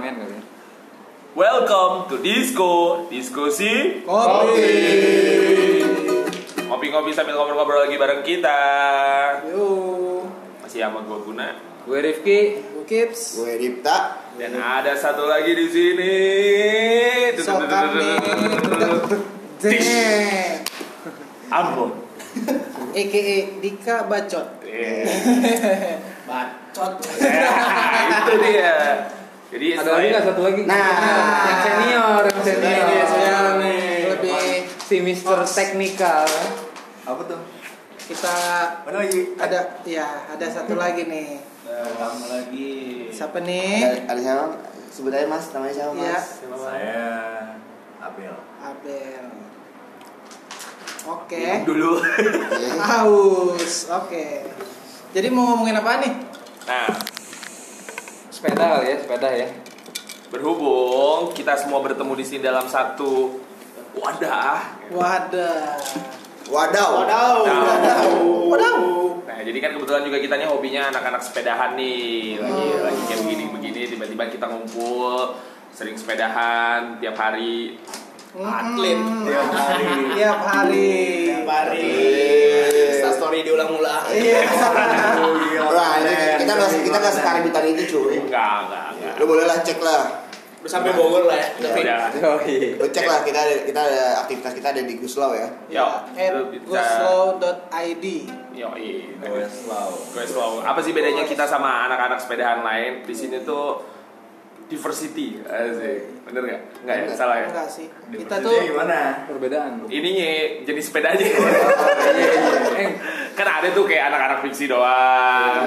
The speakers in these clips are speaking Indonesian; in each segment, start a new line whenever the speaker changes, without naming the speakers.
ya.
Welcome to Disco Diskusi
Kopi.
Ngopi-ngopi sambil ngobrol-ngobrol lagi bareng kita
Yo.
Masih sama gue Guna
Gue Rifki
Ukips.
Gue Dipta.
Dan ada satu lagi di sini
Sokam nih.
Ambon
EKE Dika Bacot.
Eh,
Bacot.
Nah, Itu dia Jadi
Ada lagi
selain
nggak satu lagi?
Nah.
yang senior, yang
Ini
senior
dia sekarang nih. Lebih
Si Mister Teknikal
Apa tuh?
kita
Mana lagi? Eh,
ada ya ada satu lagi nih.
Kamu lagi.
Siapa
Ada,
nih?
ada siapa? Sebut aja mas, namanya siapa mas?
Ya,
Saya Abel.
Abel. Oke.
dulu
Iya.
Aus. Oke. Jadi mau ngomongin apa nih?
Nah
Sepeda kali ya, sepeda ya
berhubung kita semua bertemu di sini dalam satu wadah
Wadah.
Wadaw.
Nah,
Wadah.
Nah, jadi kan kebetulan juga kita nih hobinya anak-anak sepedahan nih. Lagi
Oh.
lagi kayak begini-begini tiba-tiba kita ngumpul sering sepedahan tiap hari.
Atlet.
Tiap hari.
Tiap hari.
Tiap hari. Insta story diulang-ulang.
Iya.
Lah, ini kan- kita nggak kita nggak sekaribitan itu cuy.
Enggak, enggak, enggak.
Lu boleh lah cek lah. Iya.
Udah sampai Bogor lah ya. Tapi
Udah.
Yoi
Lu cek lah kita ada, kita ada aktivitas kita ada di Guslau ya.
Yo,
Ya,
lu bisa-
goslow.id.
Yo, iya.
Westlaw.
Guys, wow. Apa sih bedanya kita sama anak-anak sepedahan lain? Di sini tuh diversity, asik. Bener nggak? Nggak ya?
Bener.
Salah ya?
Enggak sih. Kita
Maksudnya
tuh
gimana?
Perbedaan
Ininya jenis sepedanya.
Eh,
kan ada tuh kayak anak-anak fiksi doang.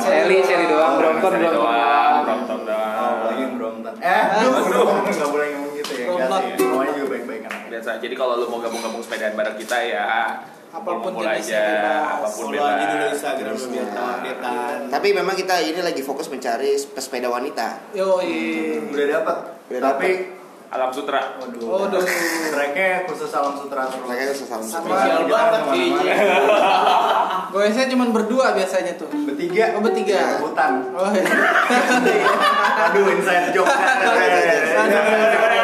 Sally, Sally Iya. doang, Brompton, Brompton
Anak-anak doang,
doang
Brompton
Oh,
doang.
iya.
lagi Brompton. Eh,
Aduh.
lu nggak boleh ngomong gitu ya. Enggak
Brompton.
sih. Semuanya juga baik-baik anaknya.
biasa jadi kalau lu mau gabung-gabung sepedaan bareng kita ya
Apapun
ngomong
jenisnya
aja
bebas.
apapun
Follow
bebas
aja dulu Instagram lu biar tahu updatean.
Tapi memang kita ini lagi fokus mencari pesepeda wanita.
yoi.
Udah dapat.
Udah
Tapi
alam sutra
waduh.
Waduh.
Tracknya khusus alam sutra terus.
Makanya susah sama.
Sama. Spesial
banget kayaknya.
Goesnya cuma berdua biasanya tuh.
Bertiga.
Oh, bertiga.
Hutan.
Oh, iya.
Aduh, inside joke. Iya,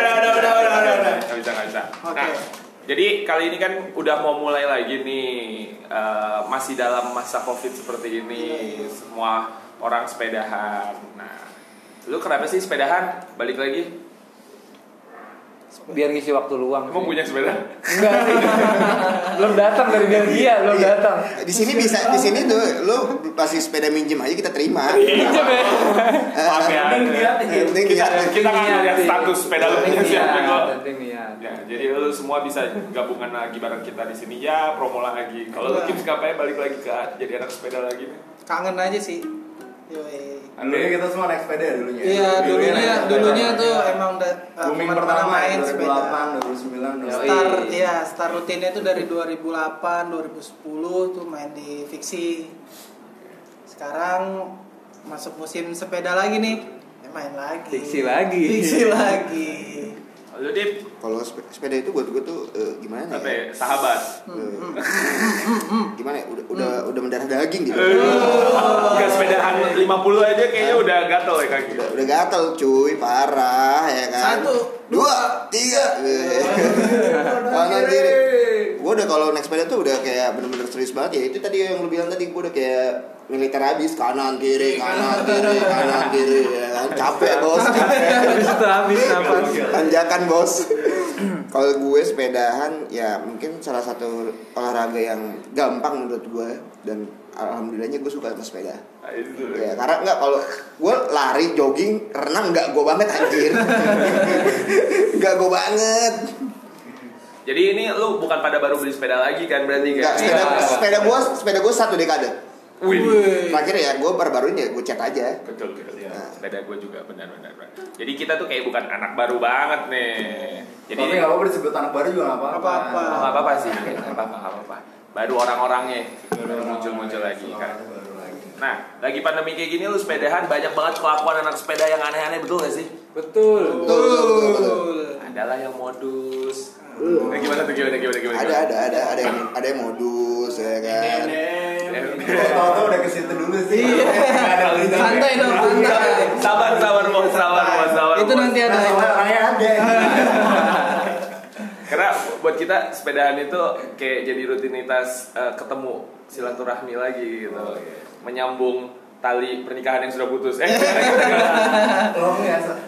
nggak bisa nggak bisa
Oke.
nah jadi kali ini kan udah mau mulai lagi nih eh, masih dalam masa covid seperti ini semua orang sepedahan nah lu kenapa sih sepedahan balik lagi
Biar ngisi waktu luang
emang
sih.
punya sepeda
Enggak sih Belum datang dari Belgia, belum datang
Di sini bisa, di sini tuh lu kasih sepeda minjem aja kita terima.
Pinjam ya
maaf ya
Yang penting
kita
dia-
kita kan
Niat
lihat
sih.
status sepeda lu punya
Penting
siapa
niat,
kok
penting niat.
Ya, jadi lu semua bisa gabungan lagi bareng kita di sini ya, promo lagi. Kalau lu
Wah.
Kim ngapain balik lagi ke jadi anak sepeda lagi nih.
Kangen aja sih. Yoi.
Dulunya kita semua naik sepeda ya dulunya.
Iya,
naik
dulunya
sepeda.
dulunya tuh emang udah eh,
booming
kemana-mana
pertama
main
ya,
sepeda.
2008, 2009, 2010.
Yoi.
Star, ya, star rutinnya itu dari 2008, 2010 tuh main di fiksi. Sekarang masuk musim sepeda lagi nih, eh, main lagi.
Fiksi lagi.
Fiksi lagi.
Lu Dip,
Kalau sepe- sepeda itu buat gue tuh eh, gimana
apa
Hmm,
ya?
ya?
Sahabat.
Eh, gimana ya? Udah udah udah mendarah
Eh,
daging gitu.
Enggak sepedahan 50 aja kayaknya udah gatel ya kaki.
Udah, udah gatel cuy, parah ya kan.
Satu,
dua, tiga. Kanan kiri. Gue udah kalau naik sepeda tuh udah kayak bener-bener serius banget ya. Itu tadi yang lu bilang tadi gue udah kayak militer habis kanan kiri Iya, kanan Iya. kiri kanan kiri ya kan. Capek bos.
Habis itu habis nafas
Tanjakan bos. kalau gue sepedahan ya mungkin salah satu olahraga yang gampang menurut gue dan alhamdulillahnya gue suka sama sepeda.
Nah, itu.
Ya, karena enggak kalau gue lari jogging renang enggak gue banget anjir enggak gue banget
Jadi ini lu bukan pada baru beli sepeda lagi kan berarti
enggak
kan?
sepeda
Iya.
sepeda gue sepeda gue satu dekade
Wih.
Wih.
terakhir ya gue baru baruin ya gue cat aja
Betul, betul.
Iya.
Sepeda gue juga benar-benar. benar. Jadi kita tuh kayak bukan anak baru banget nih. Jadi
Tapi nggak apa-apa disebut anak baru juga nggak apa-apa.
Apa-apa.
Oh, nggak apa-apa sih, nggak apa-apa, nggak apa-apa. Baru orang-orangnya muncul-muncul lagi kan.
Baru lagi.
Nah, lagi pandemi kayak gini lu sepedahan banyak banget kelakuan anak sepeda yang aneh-aneh betul gak sih?
Betul
Betul, betul, betul, betul.
Adalah yang modus. Eh, Nah, gimana tuh gimana gimana gimana?
ada ada ada ada yang ada yang modus ya kan
Nenek.
Tahu-tahu udah ke situ dulu sih.
Iya.
Nggak ada berita.
Santai dong, santai.
Sabar, sabar, bos, sabar, bos, sabar.
Itu
bos.
nanti ada.
Nah, orangnya ada.
Karena buat kita sepedahan itu kayak jadi rutinitas eh, ketemu silaturahmi lagi gitu. Menyambung tali pernikahan yang sudah putus. Eh,
Lo Oh, nggak sa-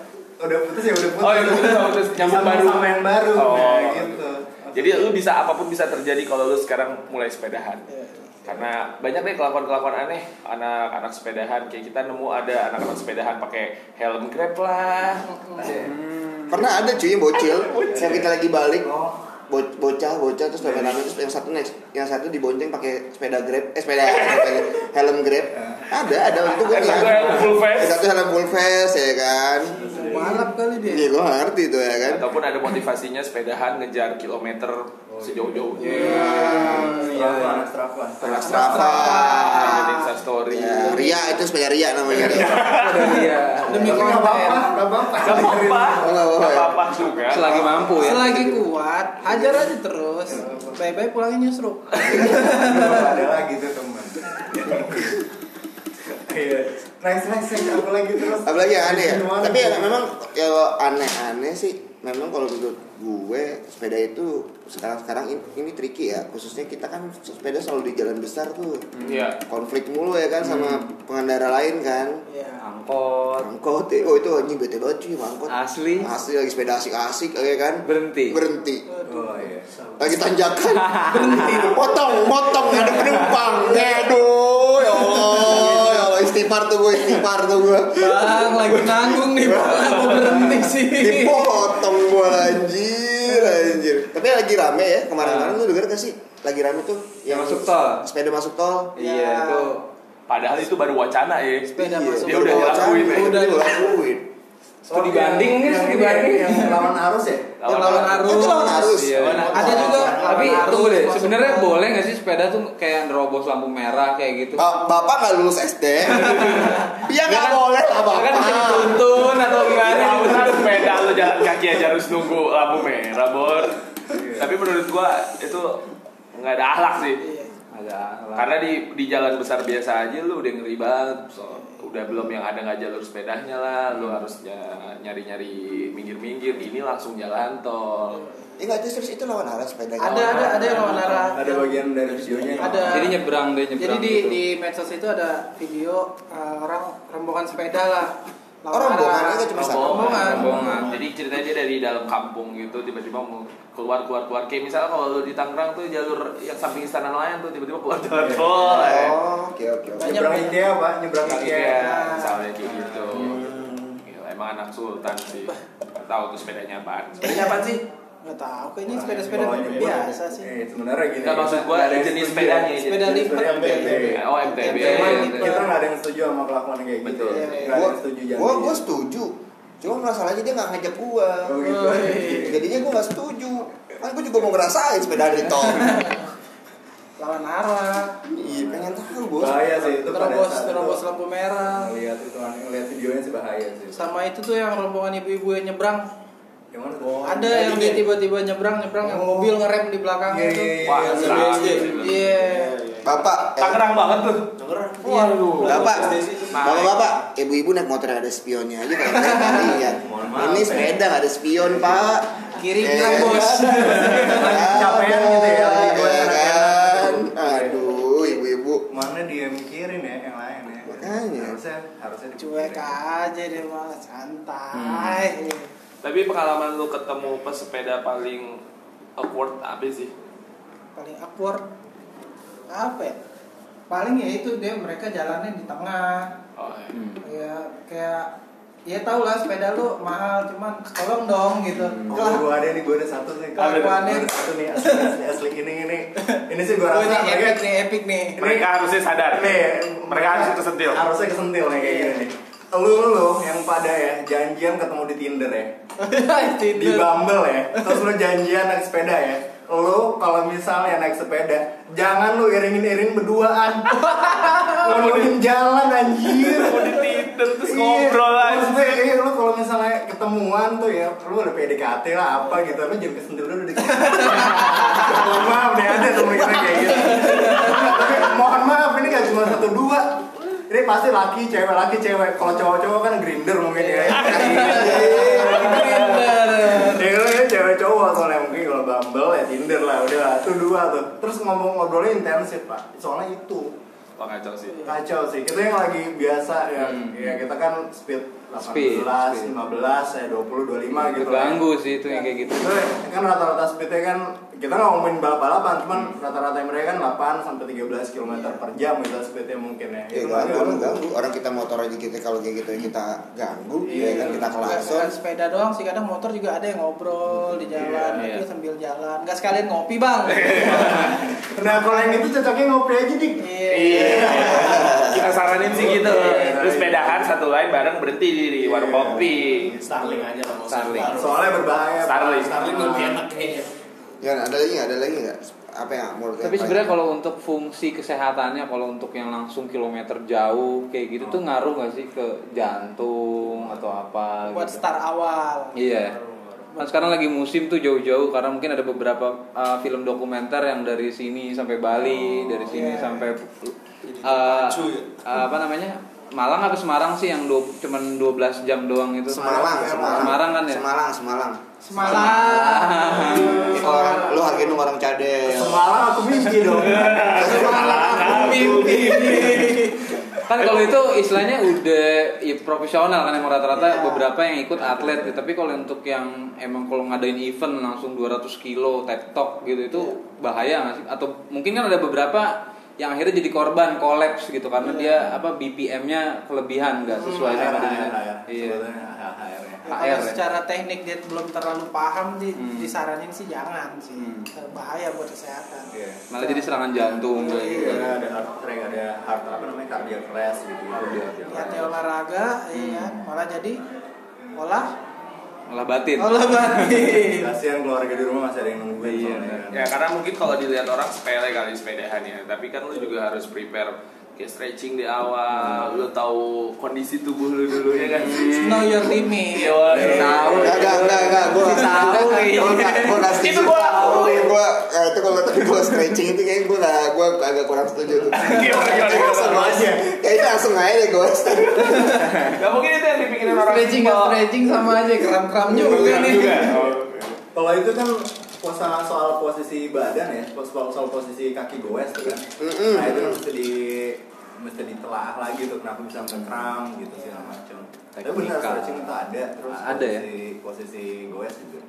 udah putus ya udah putus.
Oh, udah putus, udah putus. Nyambung
Sama-
baru.
Sama yang baru.
Oh.
Nah, gitu.
jadi lu bisa apapun bisa terjadi kalau lu sekarang mulai sepedahan. Karena banyak deh kelakuan-kelakuan aneh anak-anak sepedahan kayak kita nemu ada anak-anak sepedahan pakai helm grab lah.
Pernah ada cuy yang bocil, yang kita lagi balik. Bo- bocah bocah terus rame rame terus yang satu next yang satu dibonceng pakai sepeda grab eh sepeda sepeda helm grab ada ada itu gue
Eh, satu helm full face.
satu helm full face ya kan
Malap kali dia.
iya gue ngerti tuh ya kan
Ataupun ada motivasinya sepedahan ngejar kilometer sejauh-jauhnya.
Iya. Strafan.
anak
Ada
strafan
Insta story.
Ya, Ria itu sepeda Ria namanya tuh.
Iya.
Demi
Tapi nggak
konten.
apa-apa. Nggak apa-apa.
Gak apa-apa.
Nggak
Gak
apa-apa ya?
apa-apa juga.
Selagi mampu ya.
Selagi kuat, hajar aja terus. Bye-bye pulangnya nyusruk.
Belum ada lagi tuh teman. Iya. Next next next apa lagi terus?
apalagi yang aneh ya
Gimana?
tapi ya, memang ya kalau aneh-aneh sih memang kalau menurut gue sepeda itu sekarang sekarang ini, ini tricky ya khususnya kita kan sepeda selalu di jalan besar tuh
Iya.
konflik mulu ya kan sama
Hmm.
pengendara lain kan
Iya.
Angkot.
angkot ya. oh itu anjing bete banget cuy sama angkot
Asli.
asli lagi sepeda asik-asik ya kan
Berhenti.
berhenti
Oh iya.
lagi tanjakan berhenti potong potong ada penumpang aduh ya Allah ya Allah istighfar tuh gue istighfar tuh gue
Bang, lagi nanggung nih, Bang. Aku berhenti sih.
dipotong gue anjir anjir tapi lagi rame ya kemarin-kemarin lu denger gak sih lagi rame tuh
Yang masuk tol.
sepeda masuk tol
Iya
Ya.
itu.
Padahal itu baru wacana ya.
Sepeda
Iya,
masuk.
dia udah
bawa
dilakuin,
canggih,
ya.
udah dilakuin
Studi banding nih,
Oh, iya. Yang
studi
ini ya,
banding.
Yang lawan arus ya?
Yang lawan
Oh, itu lawan arus
Iya.
Ada juga
Tapi
lawan arus
tunggu deh,
masuk
sebenarnya
tol.
boleh nggak sih sepeda tuh kayak nerobos lampu merah kayak
Oh.
gitu?
Ba- bapak nggak lulus SD dia
Ya
nggak
kan?
boleh lah
Kan bisa
bapak
dituntun atau
Iya,
Iya,
gimana?
Kalau misalnya sepeda lu jalan kaki aja harus nunggu lampu merah, Bor. Tapi menurut gua itu nggak ada akhlak sih.
Iya.
Ada. lah.
Karena di di jalan besar biasa aja lu udah ngeri banget. So, udah belum yang ada nggak jalur sepedanya lah, lu harus nya- nyari-nyari minggir-minggir. Ini langsung jalan tol.
ya nggak itu serius itu lawan arus sepeda
Ada ada ada yang lawan arah.
Ada bagian dari videonya.
Ada.
Jadi nyebrang dia nyebrang.
Jadi di
gitu.
di medsos itu ada video eh, orang rombongan sepeda lah.
Oh, rombongan,
arah.
nggak cuma satu.
Rombongan.
Rombongan.
Jadi ceritanya dia dari dalam kampung gitu tiba-tiba mau keluar keluar keluar kayak misalnya kalau lu di Tangerang tuh jalur yang samping istana nelayan tuh tiba-tiba keluar jalan tol. eh.
oh oke oke oke
Banyak.
Nyebrang Ikea, Pak. Nyebrang
Kayak
Ikea.
Iya, misalnya kayak gitu.
Hmm.
Gila, emang anak sultan sih. Gak tahu tuh sepedanya apaan. Sepedanya apaan sih?
Nggak tahu kayaknya sepeda-sepeda
Bawahnya
biasa
bawah.
sih.
Eh, sebenarnya gini.
Enggak maksud gua
Nggak ada yang
jenis
setuju.
sepedanya.
Sepeda
jadi-
lipat.
Sepeda MTB.
Oh, MTB.
Iya,
Cuman
iya.
Kita nggak ada yang setuju sama kelakuan kayak gitu.
Betul.
Nggak ada
gua
yang setuju
gua
jangan.
gua setuju cuma masalahnya dia nggak ngajak gua
Oh, gitu.
Woi.
jadinya gua nggak setuju kan gua juga mau ngerasain sepeda di tol
Lawan arah.
iya pengen tahu bos
Bahaya sih itu pada
Terobos
saat itu.
terobos lampu merah.
Ngeliat itu, ngeliat videonya sih bahaya sih.
Sama itu tuh yang rombongan ibu-ibu yang nyebrang.
Yang mana tuh?
Ada yang dia tiba-tiba nyebrang nyebrang yang mobil ngerem di belakang
ya? Oh. Iya,
itu.
iya, iya.
Wah,
Iya,
serem
iya.
sih.
Iya.
bapak eh,
Tangerang banget tuh.
Waduh.
Bapak,
Iya,
Naik.
bapak-bapak, ibu-ibu naik motor ada spionnya aja kalau naik kali ya.
Mohon maaf,
Ini
ya.
sepeda nggak ada spion pak.
Kiri
Eh,
Iya,
kanan, bos.
Lagi kecapean gitu ya, lagi
Iya,
buat
kan.
anak-anak.
Aduh, ibu-ibu.
Mana dia mikirin ya yang lain ya.
Makanya.
Harusnya harusnya dipikirin.
Cuek aja dia mah santai.
Tapi pengalaman lu ketemu pesepeda paling awkward apa sih?
Paling awkward apa ya? Paling ya itu dia mereka jalannya di tengah.
Oh, iya.
Hmm.
Ya kayak ya tau lah sepeda lu mahal cuman tolong dong gitu.
Oh,
Lah,
gue ada nih, gue ada satu nih.
Kelakuannya.
Gua ada satu nih, asli, asli, asli. ini, ini, ini sih gue
oh, ini
rasa mereka-
epic nih, epic nih.
Mereka harusnya sadar.
Nih,
Mereka harusnya kesentil.
Harusnya kesentil nih kayak
Iya.
gini. nih. Lu, lu yang pada ya, janjian ketemu di Tinder ya, di
Tinder.
Bumble ya, terus lu janjian naik sepeda ya. Lu kalau misalnya naik sepeda, jangan lu iringin-iringin berduaan. Ngomongin jalan anjir.
Mau di Tinder terus
Iya,
ngobrol aja.
maksudnya, iya, lu kalau misalnya ketemu ketemuan tuh ya lu udah PDKT lah apa gitu lu jangan kesentil dulu di maaf nih ada temen kita kayak gitu tapi mohon maaf ini gak cuma satu dua ini pasti laki cewek laki cewek kalau cowok cowok kan grinder mungkin ya ya kan ini cewek cowok soalnya mungkin kalau Bumble ya Tinder lah udah lah itu dua tuh terus ngomong ngobrolnya intensif pak soalnya itu
Wah kacau sih.
kacau sih kita yang lagi biasa ya ya kita kan speed 18
Hmm. Speed, speed. Iya,
15 ya 20 25 gitu lah.
Ganggu sih itu yang kayak gitu.
Itu kan rata-rata speednya kan kita nggak ngomongin balap-balapan cuman
Hmm.
rata-rata yang mereka kan 8 sampai 13 km per jam gitu speednya mungkin ya
Iya,
Ya,
itu
ganggu,
makanya
emang
orang-
ganggu. Orang kita motor aja kita kalau kayak gitu kita ganggu,
Iya,
ya kan kita
Bukan
kelason.
sepeda doang sih kadang motor juga ada yang ngobrol di jalan
Iya, iya.
itu sambil jalan nggak sekalian ngopi bang
nah kalau yang itu cocoknya ngopi aja dik
Iya. Kita saranin sih gitu.
Iya.
Terus pedahan satu lain bareng berhenti di, di warung
Iya.
kopi.
Starling aja lah mau
Starling.
soalnya berbahaya Pak.
Starling.
Starling lebih enak kayaknya.
Ya, ada lagi nggak? Ada lagi nggak? Apa yang menurut
Tapi sebenarnya kalau untuk fungsi kesehatannya, kalau untuk yang langsung kilometer jauh kayak gitu tuh ngaruh nggak sih ke jantung atau apa?
buat
gitu?
start awal
Iya. Kan sekarang lagi musim tuh jauh-jauh karena mungkin ada beberapa uh, film dokumenter yang dari sini sampai Bali, dari sini
iya.
sampai uh, uh, apa namanya? Malang apa Semarang sih yang du- cuman 12 jam doang itu?
Semalang, Semalang,
Semarang kan ya?
Semalang, Semalang.
semalam
Itu
Iya.
orang, lu hargain orang cadel.
semalam aku mimpi dong Iya.
semalam mimpi
kan kalau itu istilahnya udah ya, profesional kan emang rata-rata
Iya.
beberapa yang ikut atlet ya. tapi kalau untuk yang emang kalau ngadain event langsung 200 kilo tektok gitu itu bahaya nggak sih atau mungkin kan ada beberapa yang akhirnya jadi korban kolaps gitu karena
Iya.
dia apa BPM-nya kelebihan nggak sesuai sama
HR,
dia.
HR.
Iya.
Sebetulnya HR ya.
Ya,
HR,
kalau
ya?
secara teknik dia belum terlalu paham di,
Hmm.
disaranin sih jangan sih
Hmm.
bahaya buat kesehatan
Iya.
Malah jadi serangan jantung kayak gitu.
Iya, ada heart track, ada heart apa namanya cardiac crash gitu.
hati olahraga iya kan? malah jadi olah
Malah batin.
olah batin
Kasihan keluarga di rumah masih ada yang nungguin
Iya,
soalnya kan.
Ya karena mungkin kalau dilihat orang sepele kali sepedahan ya, tapi kan lu juga harus prepare kayak stretching di awal, lu tahu kondisi tubuh lu dulu ya kan sih.
know your limit
Iya, wah,
Iya.
tahu.
Enggak, enggak, enggak, enggak. Gua
Tahu kayaknya.
Gua nggak- gua nggak setuju.
Itu gua lakuin.
Gua eh, itu kalau tapi kalau stretching itu kayaknya gua nggak- gua agak kurang setuju tuh.
Gimana, gimana, gimana?
Sama Iya, aja.
Kayaknya langsung aja deh gua.
Gak mungkin itu yang dipikirin orang.
stretching nggak stretching sama aja kram-kram juga
Bukan
nih
juga. Oh.
Kalau itu kan posa- soal posisi badan ya, pos- soal, soal posisi kaki goes tuh kan.
Mm-mm.
Nah itu mesti di mesti ditelaah lagi tuh kenapa bisa kram gitu segala macam. Tapi benar
Teknikal.
stretching itu ada, terus
Ada ya?
posisi, posisi goes juga.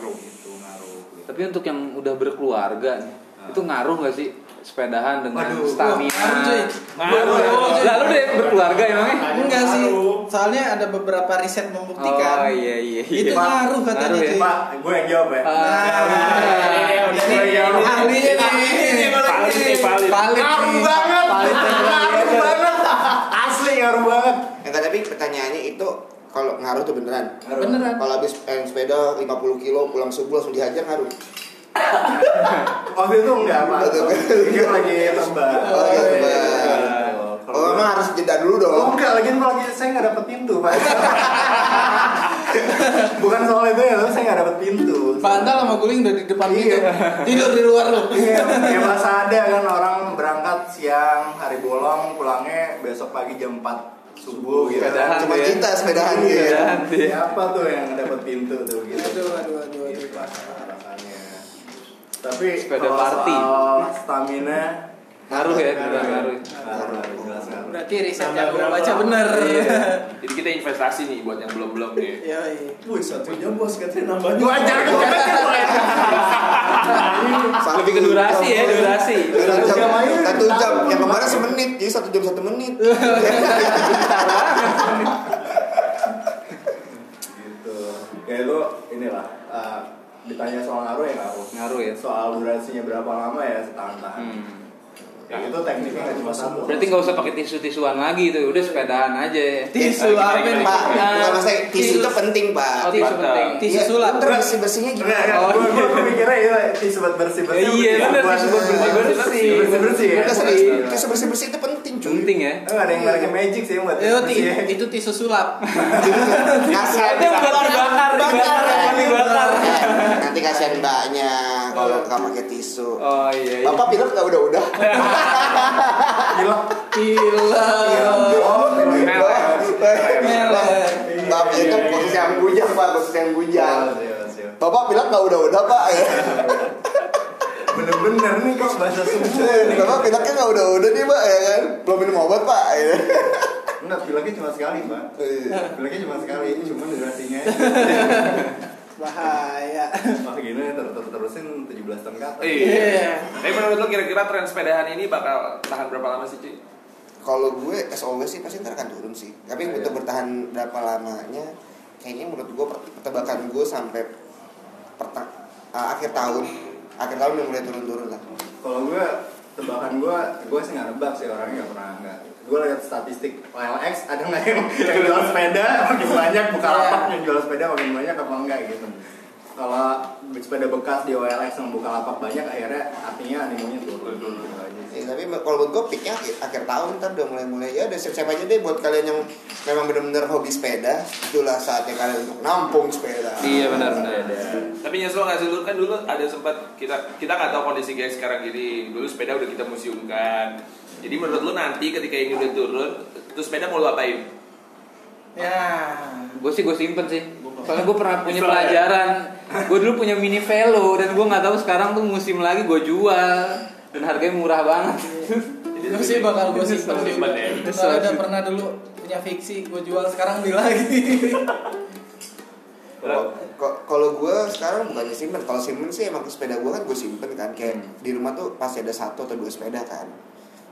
Aduh.
Gitu ngaruh. Gitu.
Tapi untuk yang udah berkeluarga nih, itu ngaruh nggak sih sepedahan dengan
Waduh.
stamina?
Ngaruh,
Iya.
cuy.
Ngaruh.
Lalu ya. deh berkeluarga emangnya?
enggak sih soalnya ada beberapa riset membuktikan
Oh iya iya. iya.
Itu ngaruh katanya,
Ngaruh ya?
cuy.
Pak, gue yang jawab ya.
Ah.
Ini- ini- ini- ini- ini-
ahlinya nih
Ini valid nih, valid.
valid
Ngaruh
nih.
banget. Ngaruh banget. Asli ngaruh banget.
Enggak, tapi pertanyaannya itu kalau ngaruh tuh beneran.
beneran
Kalau habis eh, sepeda 50 kilo pulang subuh langsung dihajar ngaruh.
Waktu itu enggak apa Kita lagi terbang.
Oh, lagi terbang.
iya. Kalau
Oh,
gua-
emang harus jeda dulu dong.
Oh, enggak, lagi kalau lagi saya nggak dapet pintu, Pak. Bukan soal itu ya, tapi saya nggak dapet pintu.
bantal sama guling udah di depan
Iya.
gitu tidur di luar lu
Iya, ya masa ada kan orang berangkat siang hari bolong pulangnya besok pagi jam 4 subuh gitu.
Sepedahan.
Cuma
Iya.
kita sepedahan gitu.
Sepedahan.
Siapa tuh yang dapet pintu tuh gitu.
aduh aduh aduh
Gitu,
aduh
Pak, rasanya. Tapi
Sepeda
kalau
party.
soal stamina
Ngaruh ya, beneran ngaruh.
Ngaruh, jelas ngaruh.
berarti riset yang gua baca bener iya
ya?
Jadi kita investasi nih buat yang belum-belum nih.
iya
Wih, satunya bos katanya nambahnya.
Wah, jangan jangan, jangan.
Satu
Lebih ke durasi ya, durasi.
Satu jam,
Satu jam aja.
satu jam. Yang kemarin semenit, jadi satu jam satu menit.
Iya.
gitu ya itu inilah eh, ditanya soal ngaruh ya ngaruh
Ngaruh ya.
soal durasinya berapa lama ya setahun tahan
Hmm.
ya itu tekniknya nggak cuma satu
Berarti nggak usah pakai tisu-tisuan lagi tuh, udah sepedahan aja. gitu.
tisu apa nih
Pak,
pak
kalau saya tisu itu penting,
Oh,
Pak.
Iya. tisu
Mantap.
penting.
tisu
Iya,
sulap
Ntar bersih bersihnya
Enggak,
gimana?
enggak.
Oh,
Gua, gua mikirnya itu tisu buat bersih bersih.
Iya, bener, tisu buat
bersih-bersih.
Bersih bersih
Iya,
ya.
Iya,
Nggak, serius. Tisu bersih bersih itu penting. cuy
Penting ya.
Eh, nggak ada yang lagi magic sih buat
Itu, ti-
Iya.
itu tisu sulap.
Kasihan
Itu
Mbak.
bakar bakar Iya, dibakar
Bakar,
bakar,
ya.
dibakar.
Nanti kasihan mbaknya kalau nggak pakai tisu.
Oh iya. iya.
Bapak pilot nggak udah-udah.
Gila.
Gila.
Oh,
Meler.
Bapak itu posisi yang bujang pak, posisi yang bujang.
Sial, sial.
Bapak pilot nggak udah-udah pak.
Bener-bener nih kok bahasa semua nih.
Bapak pilotnya Eh, nggak udah-udah nih pak, ya kan? Belum minum obat pak. ya.
Enggak, bilangnya cuma sekali, Pak. Bilangnya cuma sekali, cuma durasinya.
Bahaya.
Wah, gini terus-terusin 17 tahun ke atas.
Iya. Tapi menurut lo kira-kira tren sepedahan ini bakal tahan berapa lama sih, Ci?
Kalau gue as always sih pasti ntar akan turun sih. Tapi untuk bertahan berapa lamanya, kayaknya menurut gue pertebakan gue sampai perta- eh, akhir tahun akhir tahun udah mulai turun-turun lah.
Kalau gue tebakan gue, gue sih nggak nebak sih orangnya nggak pernah nggak. Gue lihat statistik OLX ada nggak yang, yang jual sepeda makin banyak buka lapak yang jual sepeda makin banyak apa enggak gitu. Kalau sepeda bekas di OLX yang buka lapak banyak akhirnya artinya animonya turun. Gitu aja sih.
Ya, tapi kalau buat gue peaknya akhir, akhir tahun ntar udah mulai-mulai ya udah siap-siap aja deh buat kalian yang memang benar-benar hobi sepeda itulah saatnya kalian untuk nampung sepeda
Iya benar benar.
Tapi nyesel nggak sih lu kan dulu ada sempat kita kita nggak tahu kondisi guys sekarang gini. Dulu sepeda udah kita museumkan. Jadi menurut lu nanti ketika ini udah turun, terus sepeda mau lu apain?
Ya.
Gue sih gue simpen sih. Soalnya gue pernah punya
Nyesel ya?
pelajaran. Gue dulu punya mini velo dan gue nggak tahu sekarang tuh musim lagi gue jual dan harganya murah banget.
Itu sih bakal gue simpen
Lu
sih.
simpen ya.
Soalnya udah pernah dulu punya fiksi, gue jual sekarang beli lagi.
Kalau- ko- kalau gue sekarang bukannya simpen kalau simpen sih emang sepeda gue kan gue simpen kan kayak
Hmm.
di rumah tuh pasti ada satu atau dua sepeda kan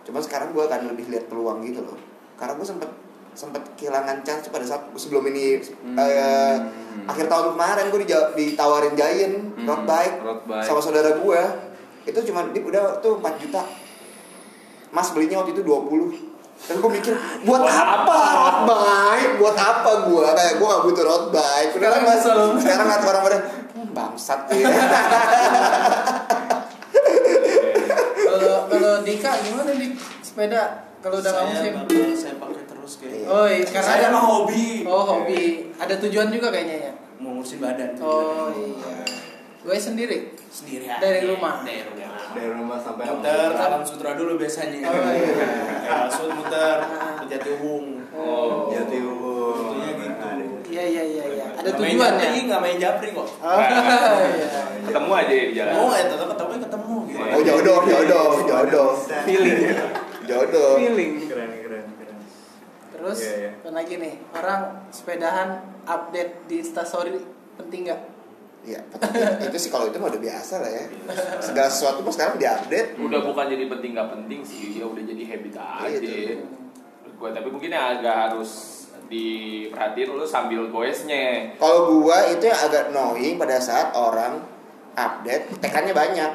cuma sekarang gue akan lebih lihat peluang gitu loh karena gue sempet sempet kehilangan chance pada saat sebelum ini
Hmm.
eh, akhir tahun kemarin gue ditawarin Giant
Hmm,
road, bike,
road bike.
sama saudara gue itu cuma dia udah tuh 4 juta mas belinya waktu itu 20 dan gue mikir buat apa road bike buat apa gue kayak gue gak butuh road bike udah lah
Sekarang
mas
bisa lo.
sekarang ngeliat orang-orang "Hmm, bangsat ya
Kalau kalau Dika gimana di sepeda? Kalau udah nggak musim?
pakai- saya pakai terus kayak
Oh, iya, karena
saya
ada
mah hobi
Oh hobi, ada tujuan juga kayaknya ya.
mau ngurusin badan gitu.
Oh iya. Gue sendiri.
sendiri aja.
Dari rumah.
dari rumah
Dari rumah sampai
muter alam sutra dulu biasanya
Oh, iya. Ah.
Kayak Ya, langsung muter ke Jatiwung
Oh.
Jati Uung.
Tentunya gitu.
Nah, ada-
Iya iya iya iya. Ada
Nggak main
tujuan ya.
japri, nggak main japri kok
Oh iya.
Ketemu aja ya di jalan. iya.
mau ya tetap ketemu ketemu gitu
oh jodoh jodoh jodoh
Feeling.
jodoh
Iya.
Feeling.
Keren, keren, keren.
Terus
Iya, iya.
apa lagi nih orang sepedahan update di instastory penting nggak?
ya penting. itu sih kalau itu mah udah biasa lah ya segala sesuatu mah sekarang diupdate
Udah bukan jadi penting nggak penting sih, ya udah jadi habit aja.
Iya, itu.
Menurut Gua tapi mungkin yang agak harus diperhatiin lu sambil goesnya.
Kalau gua itu yang agak annoying pada saat orang update tekannya banyak.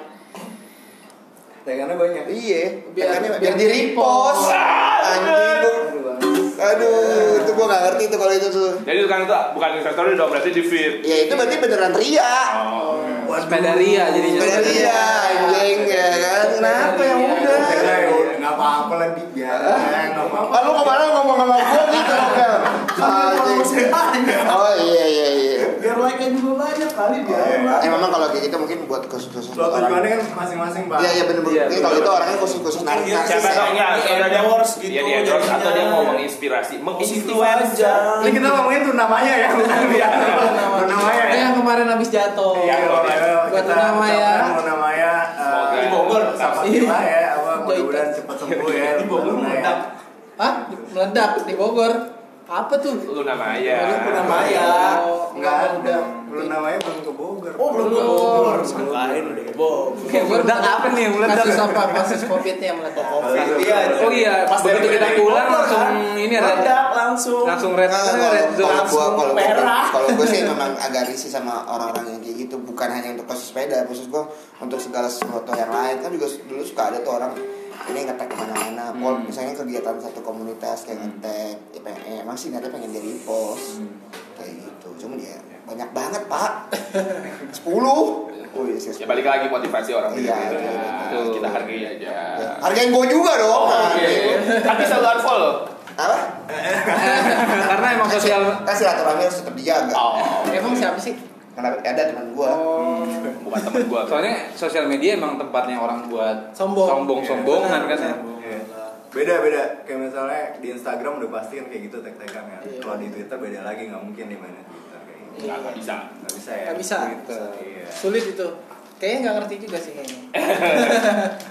Tekannya banyak.
Iya,
Biar-
tekannya
biar
biar di repost. Anjing lu.
Aduh, Bang.
Aduh, itu gua gak ngerti tuh kalau itu tuh.
Jadi kan itu bukan instastory dong, berarti di feed.
Ya itu berarti beneran ria.
Oh.
Sepeda ria jadinya.
Beneran ria, Iya, anjing ya kan. Kenapa yang udah?
Ya, ya, udah, nggak apa-apa lah Dik. Ya, nggak apa-apa.
Ah, lu kemarin ngomong sama gua gitu Bel. Anjing. Oh Ah, iya iya iya.
biar like-nya juga banyak kali dia
Iya.
Ya memang kalau kayak gitu mungkin buat khusus-khusus
Soal tujuannya
orang.
kan masing-masing, Pak.
Iya iya bener-bener.
Iya,
Ini kalau itu orangnya khusus-khusus
Mungkin dia
narsis.
Siapa
ya.
tau enggak?
Di
Soalnya dia
endorse gitu
Iya, di endorse atau dia
jadinya.
mau menginspirasi,
Influencer.
menginspirasi.
Ini kita ngomongin tuh namanya ya, bukan dia. Tuh namanya
Ada
ya.
yang kemarin habis jatuh.
Iya, ayo,
Iya, Buat
kita
Tunamaya.
ucapkan Tunamaya, eh,
Semoga.
di Bogor, sama
Iya.
kita ya, apa, mudah-mudahan cepat sembuh ya.
Di Bogor
Tunamaya.
meledak.
Hah? Meledak di Bogor. Apa tuh?
Lu iya. namanya.
Lu
Tunamaya.
Oh,
Iya. Nggak ada,
udah.
belum namanya belum ke Bogor.
oh belum ke Bogor selain udah Bogor
Oke, meledak apa nih yang meledak?
Kasus apa? Kasus COVID-nya yang meledak.
Oh, iya, itu.
Oh iya,
Pas
begitu
dari
kita
dari
pulang
Bogor,
langsung
kan?
ini red,
Meledak langsung
langsung red,
Nah,
kan red
kalau-
zone.
kalau gua kalau gua
merah.
kalau gua sih memang agak risih sama orang-orang yang kayak gitu bukan hanya untuk kasus sepeda khusus gua untuk segala sesuatu yang lain kan juga dulu suka ada tuh orang ini ngetek kemana-mana
Hmm.
Pol- misalnya kegiatan satu komunitas kayak ngetek ya pengen, eh, emang sih niatnya pengen jadi
Hmm.
ya, pos kayak gitu cuma dia banyak banget pak 10 Oh, iya,
Ya
sih.
balik ya. lagi motivasi orang
Iya,
beda-beda.
iya,
betul.
Kita hargai aja. Oh,
Hargain gue juga dong.
Oke. Tapi selalu unfollow.
Apa?
karena emang sosial
Kan silaturahmi harus tetap dijaga.
Oh,
Emang siapa sih?
Kenapa? Ada teman gue. Oh.
bukan temen gua.
soalnya sosial media emang tempatnya orang buat
Sombong.
sombong sombongan kan ya
Iya. beda beda kayak misalnya di Instagram udah pasti kan kayak gitu tag tagan kan
Iya.
kalau di Twitter beda lagi nggak mungkin di mana Twitter kayak gitu
Nggak Iya. nggak bisa.
nggak bisa ya
Nggak bisa.
Twitter. iya
Sulit itu. Kayaknya nggak ngerti juga sih
Eh,
kayaknya.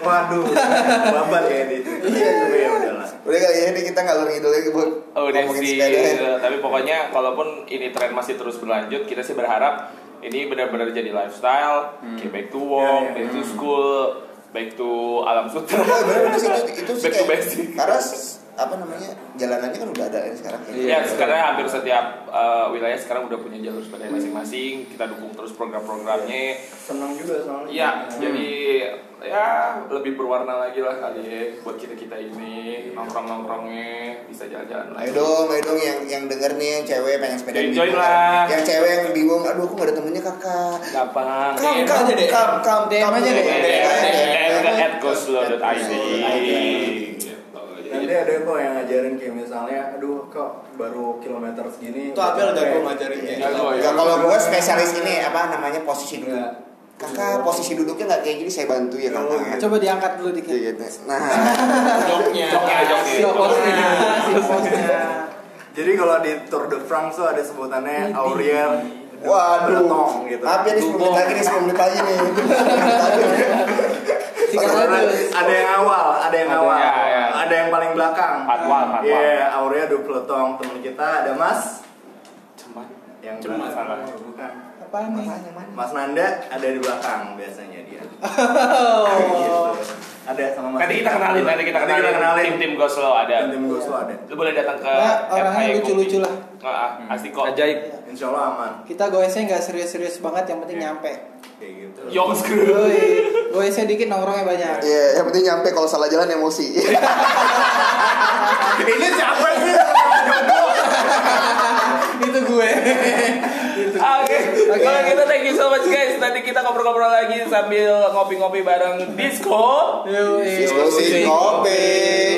waduh babat kayak di Twitter tapi ya udahlah
Udah kali ya, ini kita ngalor ngidul lagi buat
Oh, udah
ngomongin
sih.
sepeda. ya.
Tapi pokoknya kalaupun ini tren masih terus berlanjut, kita sih berharap ini benar-benar jadi lifestyle, kayak back to work,
Iya, iya.
back to school, back to alam sutra.
Oh, bener itu sih itu, itu sih
Back to
kayak-
basic.
karena s- apa namanya jalanannya kan udah ada yang sekarang kayak
Iya.
Ya, sekarang hampir setiap uh, wilayah sekarang udah punya jalur sepeda masing-masing. Kita dukung terus program-programnya.
seneng juga soalnya
Iya, jadi ya lebih berwarna lagi lah kali ya buat kita kita ini nongkrong nongkrongnya bisa jalan-jalan lagi.
Ayo dong, ayo dong yang yang denger nih yang cewek pengen sepeda
Join-
bingung.
join Ya, lah.
Yang cewek yang bingung, aduh aku gak ada temennya kakak.
Gampang.
Kam
DM
kam
aja deh.
kam kam
DM
kam
aja deh.
kam,
DM,
kam,
DM,
kam,
ke
kam.
@goslow.id. Gitu.
nanti
Jadi-
ada kok yang ngajarin kayak misalnya aduh kok baru kilometer segini
Itu Abel udah
Kayak-
gue ngajarin kayak
Iya,
gitu.
gua ya.
Nggak, kalau gue spesialis ini ya. apa namanya posisi duduk.
Iya.
Kakak posisi duduknya nggak kayak gini saya bantu ya
Oh,
Iya.
kakak.
Coba diangkat dulu dikit.
Iya, gitu. Nah,
Joknya.
Joknya, joknya.
Si hostnya, si hostnya.
jadi kalau di Tour de France tuh ada sebutannya Aurier
waduh.
Breton gitu
Maaf ya nih 10 menit lagi nih 10 menit lagi nih.
Iya.
Singkat
Karena
aja.
ada yang awal, ada yang
Ada-
awal,
ya, ya.
ada yang paling belakang.
Patwal, patwal.
Iya, Aurea dua pelotong teman kita ada Mas
Cuman,
yang
Cuma salah.
belakang. bukan.
Apa nih?
Mas Nanda ada di belakang biasanya dia. Gitu.
Oh.
Ada sama Mas.
Nanti kita kenalin, nanti kita kenalin. Tim-tim Goslow ada.
Tim-tim gue selalu ada.
Lu boleh datang ke
Nah, orangnya
FHI
lucu-lucu
Kopi.
lah.
Ah, ah, asik kok.
ajaib
Insya Allah aman.
Kita goesnya nggak serius-serius banget, yang penting nyampe.
Kayak gitu.
Yong screw.
Yoi, goesnya dikit nongkrongnya banyak.
Iya, yang penting nyampe kalau salah jalan emosi.
Ini siapa sih?
Itu gue.
Oke, kalau gitu thank you so much guys. Nanti kita ngobrol-ngobrol lagi sambil ngopi-ngopi bareng Disco.
Yoi.
Diskusi kopi.